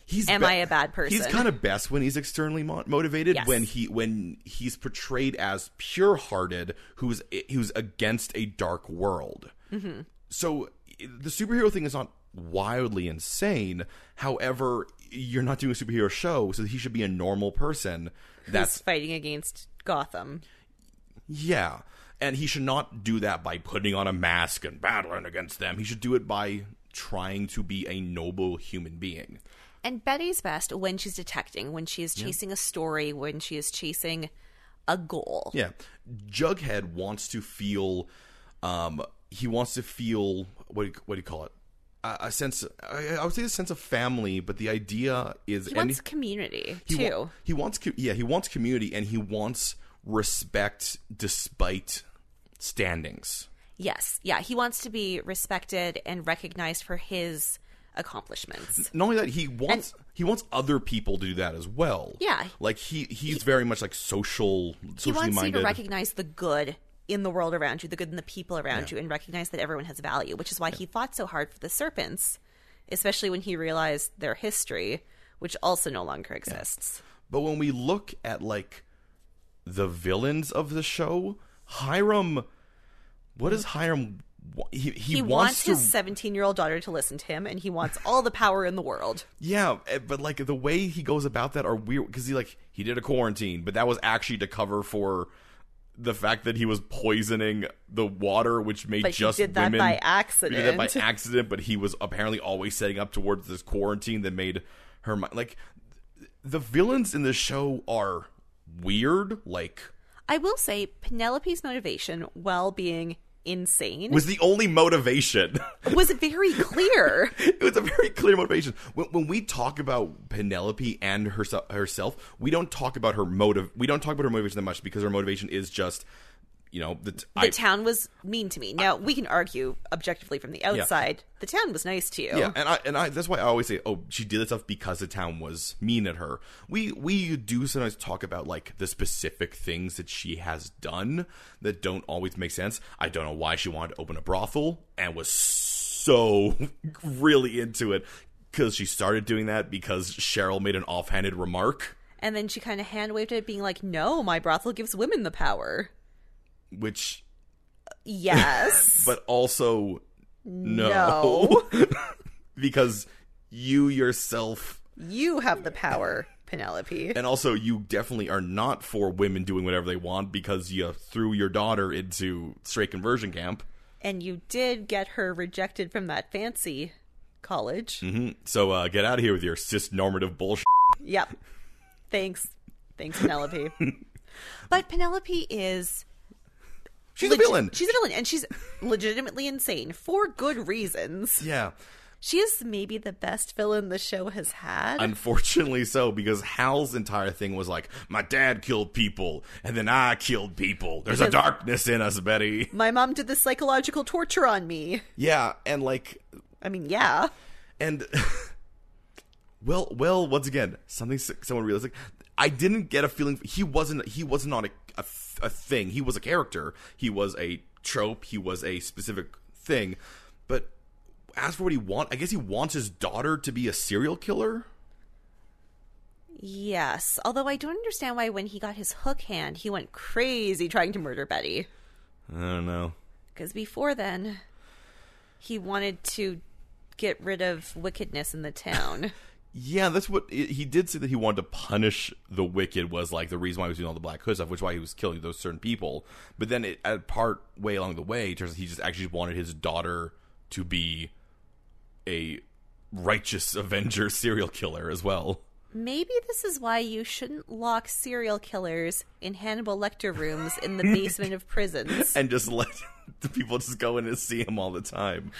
he's
Am I a bad person?
He's kind of best when he's externally mo- motivated.
Yes.
When he when he's portrayed as pure hearted, who's who's against a dark world.
Mm-hmm.
So the superhero thing is not wildly insane. However, you're not doing a superhero show, so he should be a normal person. That's
he's fighting against Gotham.
yeah. And he should not do that by putting on a mask and battling against them. He should do it by trying to be a noble human being.
And Betty's best when she's detecting, when she is chasing a story, when she is chasing a goal.
Yeah. Jughead wants to feel um he wants to feel what do you, what do you call it? A, a sense I, I would say a sense of family, but the idea is
He
any-
wants community
he wa-
too.
he wants co- yeah, he wants community and he wants respect despite standings.
yes. Yeah. He wants to be respected and recognized for his accomplishments.
Not only that, he wants he wants other people to do that as well.
Yeah.
Like he he's very much like social
He
socially
wants
minded.
you to recognize the good in the world around you, the good in the people around you, and recognize that everyone has value, which is why he fought so hard for the serpents, especially when he realized their history, which also no longer exists.
But when we look at like the villains of the show, Hiram, what does Hiram? wa- He, he,
He
wants,
wants,
to,
his 17 year old daughter to listen to him, and he wants all the power in the world.
yeah, eh, but like the way he goes about that are weird because he like he did a quarantine, but that was actually to cover for the fact that he was poisoning the water, which made
But he
just
did that
women
by
he did that by
accident.
accident, but he was apparently always setting up towards this quarantine that made her mi- like the villains in the show are weird, like.
I will say Penelope's motivation, while being insane,
was
was,
the only motivation.
very clear.
it was a very clear motivation. When, when we talk about Penelope and herself, herself, we don't talk about her motive. We don't talk about her motivation that much because her motivation is just, you know, the, t-
the
I-
town was mean to me. Now, we can argue objectively from the outside. The town was nice to you.
yeah, and I and I that's why I always say, oh, she did that stuff because the town was mean at her. We we do sometimes talk about like the specific things that she has done that don't always make sense. I don't know why she wanted to open a brothel and was so really into it. because she started doing that because Cheryl made an offhanded remark,
And then she kind of hand waved it, being like, no, my brothel gives women the power.
which,
Yes.
but also, no.
No.
because you yourself,
you have the power, Penelope.
and also you definitely are not for women doing whatever they want because you threw your daughter into straight conversion camp.
And you did get her rejected from that fancy college.
hmm So uh, get out of here with your cis normative bullshit.
Yep. Thanks. Thanks, Penelope. but Penelope is
She's
legit-
a villain.
She's a villain, and she's legitimately insane for good reasons.
yeah.
She is maybe the best villain the show has had.
Unfortunately, so because Hal's entire thing was like, my dad killed people, and then I killed people. There's a
Because-
darkness in us, Betty.
My mom did this psychological torture on me.
Yeah, and like,
I mean, yeah.
and well, well, once again, something s- someone realistic. I didn't get a feeling he wasn't. He was not a, a th- a thing. He was a character. He was a trope. He was a specific thing. But as for what he want, I guess he wants his daughter to be a serial killer.
Yes. Although I don't understand why when he got his hook hand, he went crazy trying to murder Betty.
I don't know.
Because before then, he wanted to get rid of wickedness in the town.
Yeah, that's what i- he did say that he wanted to punish the wicked was like the reason why he was doing all the black hood stuff, which why he was killing those certain people. But then it, at part way along the way, it turns out he just actually wanted his daughter to be a righteous avenger serial killer as well.
Maybe this is why you shouldn't lock serial killers in Hannibal Lecter rooms in the basement of prisons.
And just let the people just go in and see him all the time.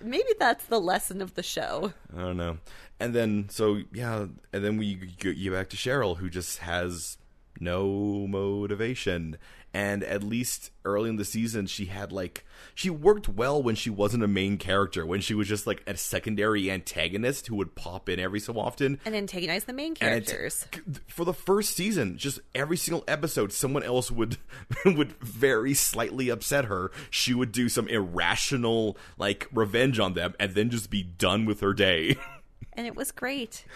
Maybe that's the lesson of the show.
I don't know. And then so yeah, and then we get you back to Cheryl, who just has no motivation. And at least early in the season, she had like she worked well when she wasn't a main character, when she was just like a secondary antagonist who would pop in every so often.
And antagonize the main
And it-
characters.
for the first season, just every single episode, someone else would would very slightly upset her. She would do some irrational like revenge on them, and then just be done with her day.
and it was great.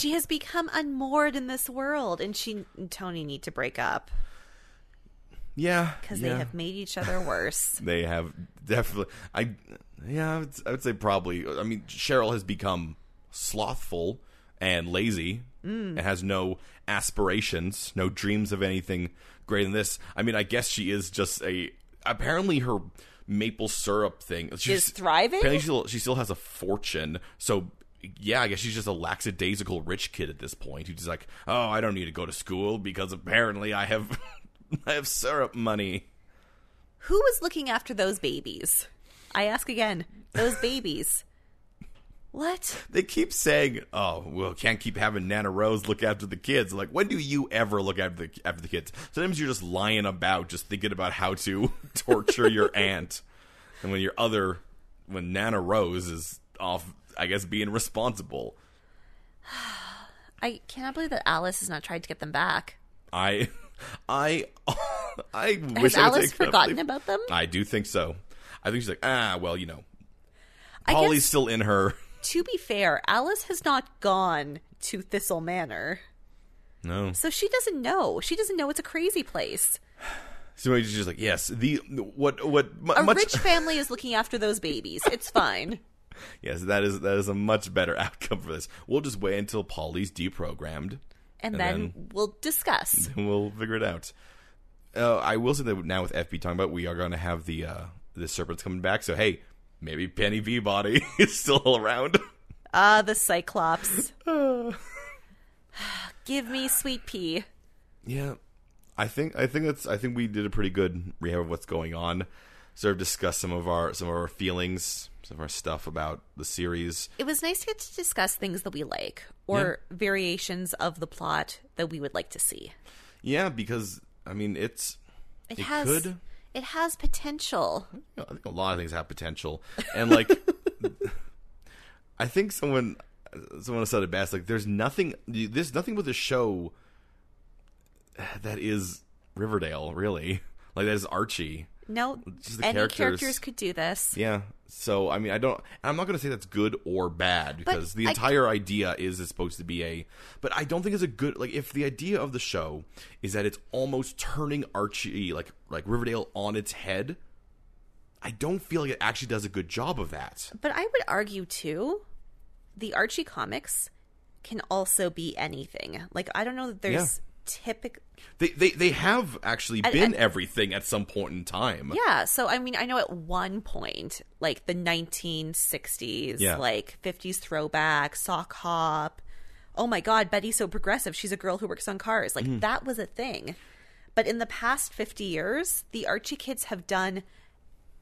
she has become unmoored in this world, and she and Tony need to break up
Yeah,
because
yeah.
they have made each other worse.
they have definitely. I yeah, I would, I would say probably. I mean, Cheryl has become slothful and lazy
Mm.
and has no aspirations, no dreams of anything greater than this. I mean, I guess she is just a. Apparently, her maple syrup thing she's-
thriving?
Apparently, she still, she still has a fortune, so. Yeah, I guess she's just a lackadaisical rich kid at this point who's just like, "Oh, I don't need to go to school because apparently I have, I have syrup money."
Who was looking after those babies? I ask again. Those babies. what?
they keep saying, "Oh, well, can't keep having Nana Rose look after the kids." Like, when do you ever look after the after the kids? Sometimes you're just lying about, just thinking about how to torture your aunt, and when your other, when Nana Rose is off, I guess being responsible.
I cannot believe that Alice has not tried to get them back.
I, I, I wish
Has
I would take
Alice
that
forgotten
leave.
about them?
I do think so. I think she's like, ah, well, you know,
I
Polly's
guess,
still in her.
to be fair, Alice has not gone to Thistle Manor.
No,
So she doesn't know. She doesn't know it's a crazy place.
somebody's just like, yes, the what what mu-
A
much.
rich family is looking after those babies. It's fine.
Yes, that is that is a much better outcome for this. We'll just wait until Polly's deprogrammed,
And,
And
then,
then-
we'll discuss.
and we'll figure it out. Uh, I will say that now with FB talking about, we are going to have the uh, the serpents coming back. So hey, maybe Penny V Body is still around.
Ah, the Cyclops. Give me sweet pea.
Yeah, I think I think that's I think we did a pretty good rehab of what's going on. Sort of discuss some of our some of our feelings, some of our stuff about the series.
It was nice to get to discuss things that we like or variations of the plot that we would like to see.
Yeah, because I mean it's
It,
It
has
could.
it has potential.
you know, I think a lot of things have potential, and like, I think someone someone said it best. Like, there's nothing. There's nothing with the show that is Riverdale, really. Like that is Archie.
No,
Just the
any
characters.
characters. could do this.
Yeah. So I mean, I don't. and I'm not going to say that's good or bad because the
I-
entire idea is it's supposed to be a. But I don't think it's a good. Like, if the idea of the show is that it's almost turning Archie, like like Riverdale, on its head, I don't feel like it actually does a good job of that.
But I would argue too, the Archie comics can also be anything. Like I don't know that there's typical.
They they they have actually
And-
been
and-
everything at some point in time.
Yeah, so I mean, I know at one point, like the 1960s,
Yeah.
like 50s throwback, sock hop. Oh my God, Betty's so progressive. She's a girl who works on cars.
Mm.
Like that was a thing. But in the past 50 years, the Archie kids have done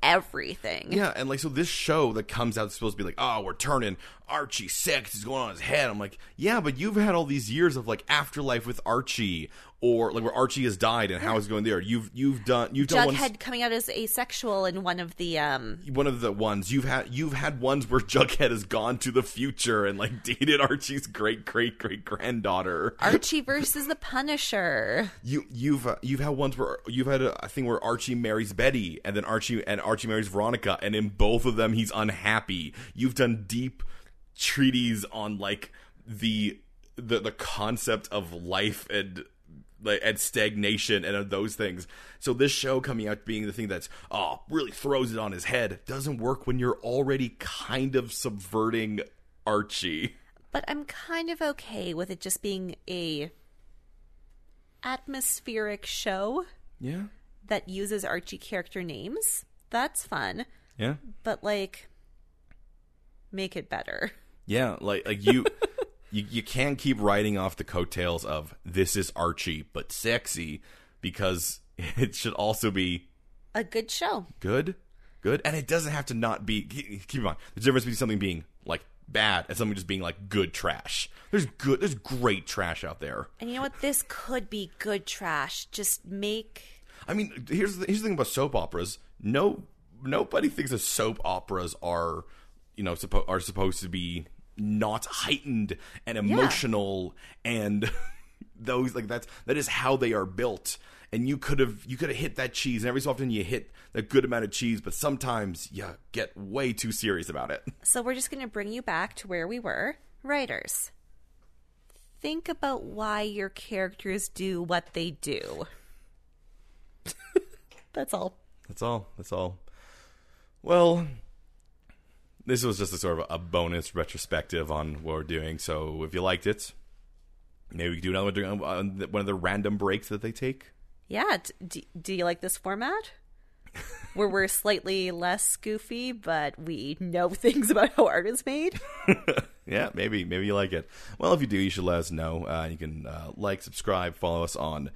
everything.
Yeah, and like so this show that comes out is supposed to be like, oh, we're turning Archie sex is going on his head. I'm like, yeah, but you've had all these years of like afterlife with Archie, or like where Archie has died and how it's going there. You've you've done you've done
Jughead
ones,
coming out as asexual in one of the um
one of the ones you've had you've had ones where Jughead has gone to the future and like dated Archie's great great great granddaughter.
Archie versus the Punisher.
You you've uh, you've had ones where you've had a, a thing where Archie marries Betty and then Archie and Archie marries Veronica and in both of them he's unhappy. You've done deep treaties on like the the the concept of life and like and stagnation and of those things. So this show coming out being the thing that's oh really throws it on his head doesn't work when you're already kind of subverting Archie.
but I'm kind of okay with it just being a atmospheric show
Yeah.
that uses Archie character names. That's fun,
Yeah.
but like make it better.
Yeah, like like you you you can't keep riding off the coattails of this is Archie but sexy because it should also be
A good show.
good. Good. And it doesn't have to not be ke- keep in mind. The difference between something being like bad and something just being like good trash. There's good there's great trash out there.
And you know what? This could be good trash. Just make
I mean, here's the, here's the thing about soap operas. No, nobody thinks that soap operas are, you know, suppo- are supposed to be not heightened and emotional and those like that's that is how they are built. And you could have you could have hit that cheese, and every so often you hit a good amount of cheese, but sometimes you get way too serious about it.
So we're just going to bring you back to where we were. Writers, think about why your characters do what they do. That's all.
That's all. That's all. Well, this was just a sort of a bonus retrospective on what we're doing. So if you liked it, maybe we could do another one during on the- one of the random breaks that they take.
Yeah. d- d- do you like this format? Where we're slightly less goofy, but we know things about how art is made.
Yeah, maybe maybe you like it. Well, if you do, you should let us know. Uh, you can uh, like, subscribe, follow us on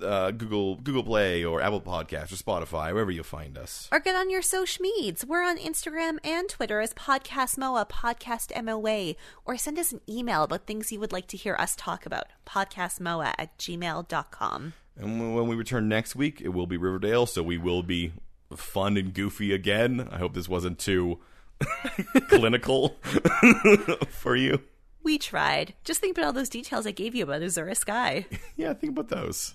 uh, Google Google Play or Apple Podcasts or Spotify, wherever you find us.
Or get on your social meds. We're on Instagram and Twitter as Podcast MOA, Podcast MOA. Or send us an email about things you would like to hear us talk about. PodcastMoa at gmail.com.
And when we return next week, it will be Riverdale, so we will be fun and goofy again. I hope this wasn't too clinical for you.
We tried. Just think about all those details I gave you about Azura Sky.
Yeah, think about those.